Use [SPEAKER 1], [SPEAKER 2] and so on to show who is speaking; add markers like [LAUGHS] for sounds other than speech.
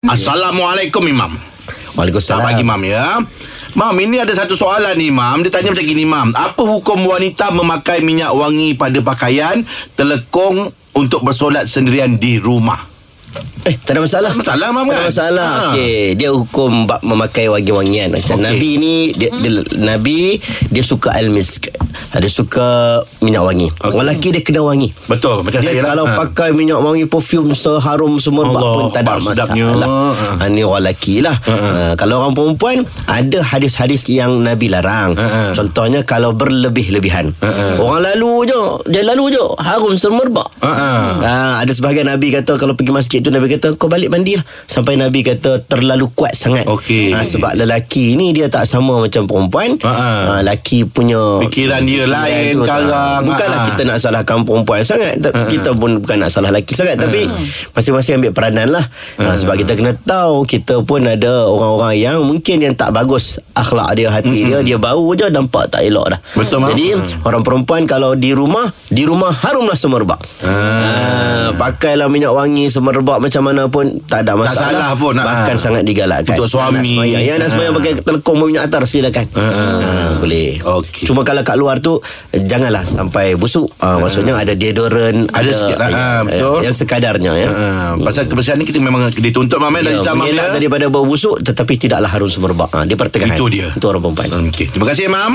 [SPEAKER 1] [LAUGHS] Assalamualaikum Imam
[SPEAKER 2] Waalaikumsalam.
[SPEAKER 1] Selamat pagi Mam ya Mam ini ada satu soalan ni Mam Dia tanya macam gini Mam Apa hukum wanita memakai minyak wangi pada pakaian Telekung untuk bersolat sendirian di rumah
[SPEAKER 2] Eh, tak ada masalah.
[SPEAKER 1] Tak ada masalah, Mam,
[SPEAKER 2] Tak ada
[SPEAKER 1] kan?
[SPEAKER 2] masalah.
[SPEAKER 1] Ha.
[SPEAKER 2] Ha. Okey, dia hukum bab memakai wangi-wangian.
[SPEAKER 1] Okey.
[SPEAKER 2] Macam okay. Nabi ni dia, dia Nabi dia suka al-misk. Ha, Dia suka minyak wangi. Okay. Orang lelaki dia kena wangi.
[SPEAKER 1] Betul macam saya
[SPEAKER 2] Dia
[SPEAKER 1] lah
[SPEAKER 2] kalau
[SPEAKER 1] Ha.
[SPEAKER 2] pakai minyak wangi perfume seharum semerbak
[SPEAKER 1] Allah
[SPEAKER 2] pun tak ada
[SPEAKER 1] Akbar,
[SPEAKER 2] masalah.
[SPEAKER 1] sedapnya.
[SPEAKER 2] Ha. Ini orang lelaki lah. Ha. kalau orang perempuan ada hadis-hadis yang Nabi larang.
[SPEAKER 1] Ha.
[SPEAKER 2] Contohnya kalau berlebih-lebihan.
[SPEAKER 1] Ha.
[SPEAKER 2] Orang lalu je, dia lalu je harum semerbak.
[SPEAKER 1] Ha.
[SPEAKER 2] Ha, ada sebahagian Nabi kata kalau pergi masjid tu Nabi kata kau balik mandilah. Sampai Nabi kata terlalu kuat sangat.
[SPEAKER 1] Okey.
[SPEAKER 2] Ha, sebab lelaki ni dia tak sama macam perempuan.
[SPEAKER 1] Ha, ha.
[SPEAKER 2] Ha, lelaki punya
[SPEAKER 1] Fikiran dia lain,
[SPEAKER 2] tu, ha.
[SPEAKER 1] karang.
[SPEAKER 2] Bukanlah
[SPEAKER 1] Ha, ha.
[SPEAKER 2] kita nak salahkan perempuan sangat. Ta-
[SPEAKER 1] Ah,
[SPEAKER 2] Kita pun bukan nak salah lelaki sangat tapi masing-masing ambil peranan lah.
[SPEAKER 1] Ah.
[SPEAKER 2] Ha, sebab kita kena tahu kita pun ada orang-orang yang mungkin yang tak bagus akhlak dia, hati dia, dia baru je nampak tak elok dah.
[SPEAKER 1] Betul, Mak.
[SPEAKER 2] Jadi
[SPEAKER 1] Ha.
[SPEAKER 2] Orang perempuan kalau di rumah Di rumah harumlah semerbak ah. Pakailah minyak wangi semerbak macam mana pun Tak ada masalah
[SPEAKER 1] salah pun, ah.
[SPEAKER 2] Bahkan sangat digalakkan
[SPEAKER 1] Untuk
[SPEAKER 2] Yang nak
[SPEAKER 1] suami.
[SPEAKER 2] sembahyang. Yang nak
[SPEAKER 1] Ah.
[SPEAKER 2] semayang pakai telekong berminyak atar Silakan ah, Boleh
[SPEAKER 1] Okey.
[SPEAKER 2] Cuma kalau kat luar tu eh, Janganlah sampai busuk ah, Maksudnya ada deodoran
[SPEAKER 1] Ada sikit lah,
[SPEAKER 2] ya,
[SPEAKER 1] ah,
[SPEAKER 2] eh,
[SPEAKER 1] betul.
[SPEAKER 2] Yang sekadarnya ya.
[SPEAKER 1] Ha. Pasal kebersihan ni kita memang dituntut Mam ya, dari
[SPEAKER 2] Ya,
[SPEAKER 1] Islam Mam
[SPEAKER 2] mengelak
[SPEAKER 1] ya
[SPEAKER 2] daripada bau busuk Tetapi tidaklah harum semerbak ah, Dia pertengahan
[SPEAKER 1] Itu dia.
[SPEAKER 2] Itu orang perempuan
[SPEAKER 1] Okey terima kasih Mam